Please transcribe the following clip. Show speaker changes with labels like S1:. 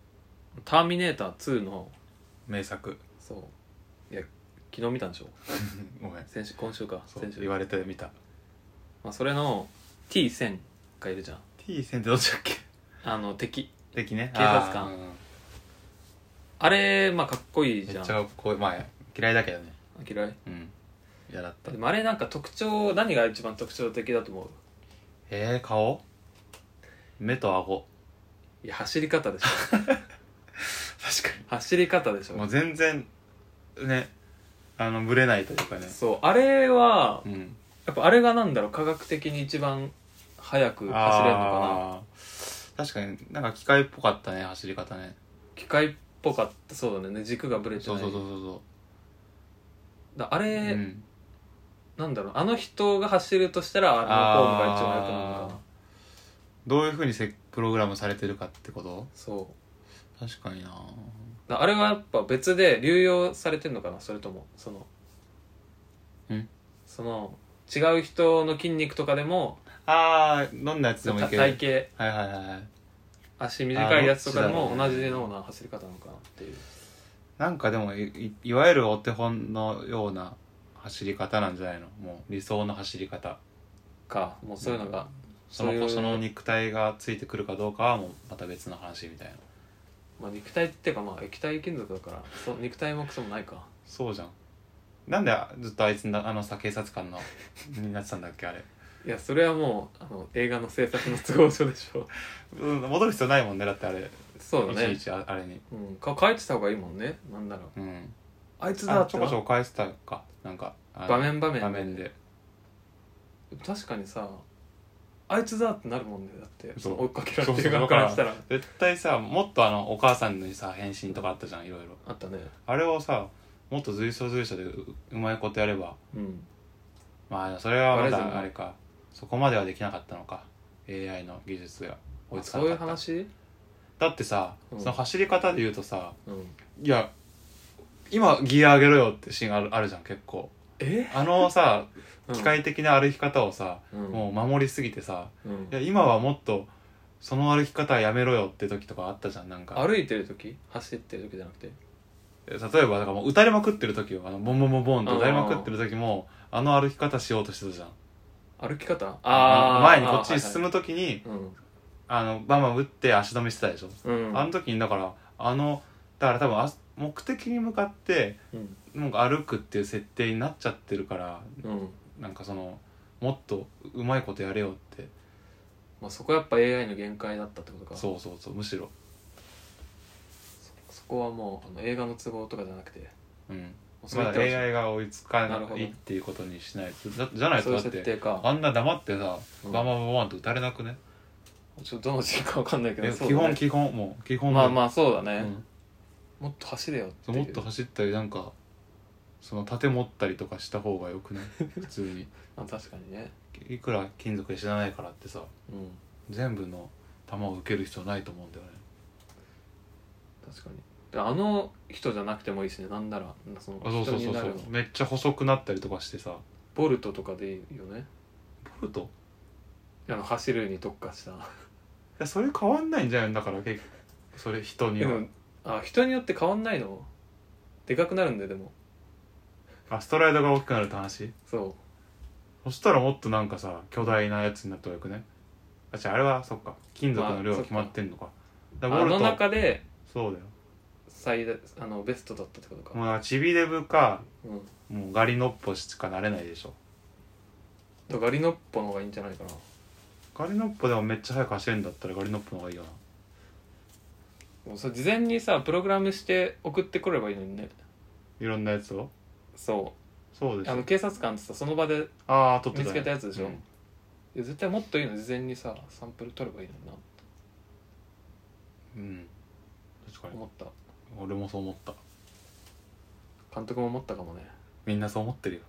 S1: 「ターミネーター2」の
S2: 名作
S1: そういや昨日見たんでしょ
S2: ごめん
S1: 先週今週か
S2: そう
S1: 先週
S2: 言われてみた
S1: まあ、それの T1000 がいるじゃん
S2: T 線ってどっちだっけ
S1: あの敵
S2: 敵ね
S1: 警察官
S2: あー
S1: あれまあかっこいいじ
S2: め
S1: ゃ
S2: っ
S1: ん
S2: ちゃこうまあ嫌いだけどね
S1: 嫌い
S2: うん嫌だった
S1: でもあれなんか特徴何が一番特徴的だと思う
S2: えー、顔目と顎
S1: いや走り方 でしょ
S2: 確か
S1: 走り方でしょ
S2: もう全然ねあのぶれないというかね
S1: そうあれは
S2: うん
S1: やっぱあれがなんだろう科学的に一番速く走れるのか
S2: あー確かになんか機械っぽかったね走り方ね
S1: な機械っぽかったそうだね軸がぶれて
S2: そ
S1: な
S2: う
S1: い
S2: そうそうそうそ
S1: だあ
S2: う、
S1: れ、
S2: うん、
S1: なんだろうあの人が走るとしたらあのフォームが一番速くなるのか
S2: あ
S1: な
S2: ーどういうふうにせプログラムされてるかってこと
S1: そう
S2: 確かにな
S1: だあれはやっぱ別で流用されてんのかなそれともその
S2: ん
S1: その違う人の筋肉とかでも
S2: あーどんなやつでもいけるはい
S1: 体
S2: はいはいはい
S1: 型足短いやつとかで
S2: あどっ
S1: も
S2: ちだろ
S1: 同
S2: うね
S1: じような走り方なのかなっていう
S2: なんかでもいいいわゆるお手本のような走り方なんじゃないのもう理想の走り方
S1: かもうそういうのが、
S2: その
S1: そういう
S2: その肉体がついてくるかどうかはもうまた別の話みたいな
S1: まあ、肉体っていうかまあ液体金属だからそう肉体もクソもないか
S2: そうじゃんなんでずっとあいつなあのさ警察官のになってたんだっけあれ
S1: いやそれはもうあの映画の制作の都合上でしょ
S2: うん戻る必要ないもんねだってあれ
S1: そうだ
S2: いち
S1: ね
S2: いちああれに
S1: うんか変えてた方がいいもんねなんなら
S2: うん
S1: あいつだ
S2: あ
S1: っ
S2: ち
S1: て
S2: ょこちょこ返したかなんかあの
S1: 場面場面で
S2: 場面で
S1: 確かにさあいつだってなるもんねだって
S2: そう
S1: その追っかけられて
S2: そう
S1: る
S2: そう
S1: 側からしたら
S2: 絶対さもっとあのお母さんにさ返信とかあったじゃんいろいろ
S1: あったね
S2: あれをさもっと随所随所でううまいことやれば
S1: うん
S2: まあそれはま
S1: バレずに
S2: だあれかそこまではできなかったのか AI の技術が追いつか
S1: そ
S2: な
S1: うい
S2: か
S1: う
S2: った
S1: 話
S2: だってさ、
S1: うん
S2: その走り方で言うとさ
S1: うん
S2: いや今ギア上げろよってシーンあるあるじゃん結構
S1: え
S2: あのさ機械的な歩き方をさ、
S1: うん
S2: もう守りすぎてさ
S1: うん
S2: いや今はもっとその歩き方はやめろよって時とかあったじゃんなんか
S1: 歩いてる時走ってる時じゃなくて
S2: 例えばだからもう打たれまくってる時よあのボンボンボンボンと打たれまくってる時もあの歩き方しようとしてたじゃん
S1: 歩き方
S2: あ
S1: あ
S2: の
S1: あ
S2: 前にこっちに進
S1: む
S2: む時に
S1: うん
S2: あのバンバン打って足止めしてたでしょ、
S1: うん
S2: あの時にだからあのだから多分あ目的に向かって
S1: うん
S2: なんか歩くっていう設定になっちゃってるから
S1: うん
S2: なんかそのもっとうまいことやれよって
S1: まあそこはやっぱ AI の限界だったってことか
S2: そうそうそうむしろ
S1: そこはもうあの映画の都合とかじゃなくても
S2: うん
S1: うそう
S2: ま
S1: い
S2: だ
S1: ったら
S2: AI が追いつか
S1: な
S2: な
S1: るほど
S2: いっていうことにしないとだじゃない
S1: そ
S2: と
S1: うい
S2: だ
S1: う
S2: っ
S1: 設
S2: て
S1: 定か
S2: あんな黙ってさ
S1: うん
S2: バンバンバンバンと打たれなくね
S1: ちょっとどの時間かわかんないけど
S2: え
S1: そう
S2: 基
S1: だ
S2: 本
S1: ね
S2: 基本もう基本
S1: まあまあそうだ
S2: あ
S1: ねもっと走れよっていう
S2: もっと走ったりなんかその盾持ったりとかした方がよ くない普通に
S1: あ確かにね
S2: いくら金属で知らないからってさ
S1: うん
S2: 全部の球を受ける必要ないと思うんだよね
S1: 確かにであの人じゃなくてもいいしねなんならその
S2: あそう
S1: 人
S2: そう
S1: に
S2: そう
S1: な
S2: そ
S1: る
S2: う
S1: の
S2: めっちゃ細くなったりとかしてさ
S1: ボルトとかでいいよね
S2: ボルト
S1: あの走るに特化した
S2: いやそれ変わんないんじゃないだから結構それ人に
S1: で
S2: は
S1: もあ人によって変わんないのでかくなるんだよでも
S2: あストライドが大きくなるって話
S1: そ
S2: そしたらもっとなんかさ巨大なやつになったらよくねあ違うあれはそっか金属の量が決まってんのか,、
S1: うあ
S2: だからボルト
S1: の中で
S2: そうだよ
S1: 最大あのベストだったってことか、
S2: まあチビデブか
S1: うん、
S2: もうガリノッポしかなれないでしょ
S1: とガリノッポの方がいいんじゃないかな
S2: ガリノッポでもめっちゃ速く走れるんだったらガリノッポの方がいいよな
S1: もうそれ事前にさプログラムして送ってくればいいのにね
S2: いろんなやつを
S1: そ
S2: そうで
S1: う
S2: し
S1: あ
S2: ょ
S1: の警察官ってさその場で
S2: ああ撮って
S1: 見つけたやつでしょ、
S2: うん
S1: いや絶対もっといいの事前にさサンプル取ればいいのにな
S2: うん確かに
S1: 思った
S2: 俺もそう思った
S1: 監督も思ったかもね
S2: みんなそう思ってるよ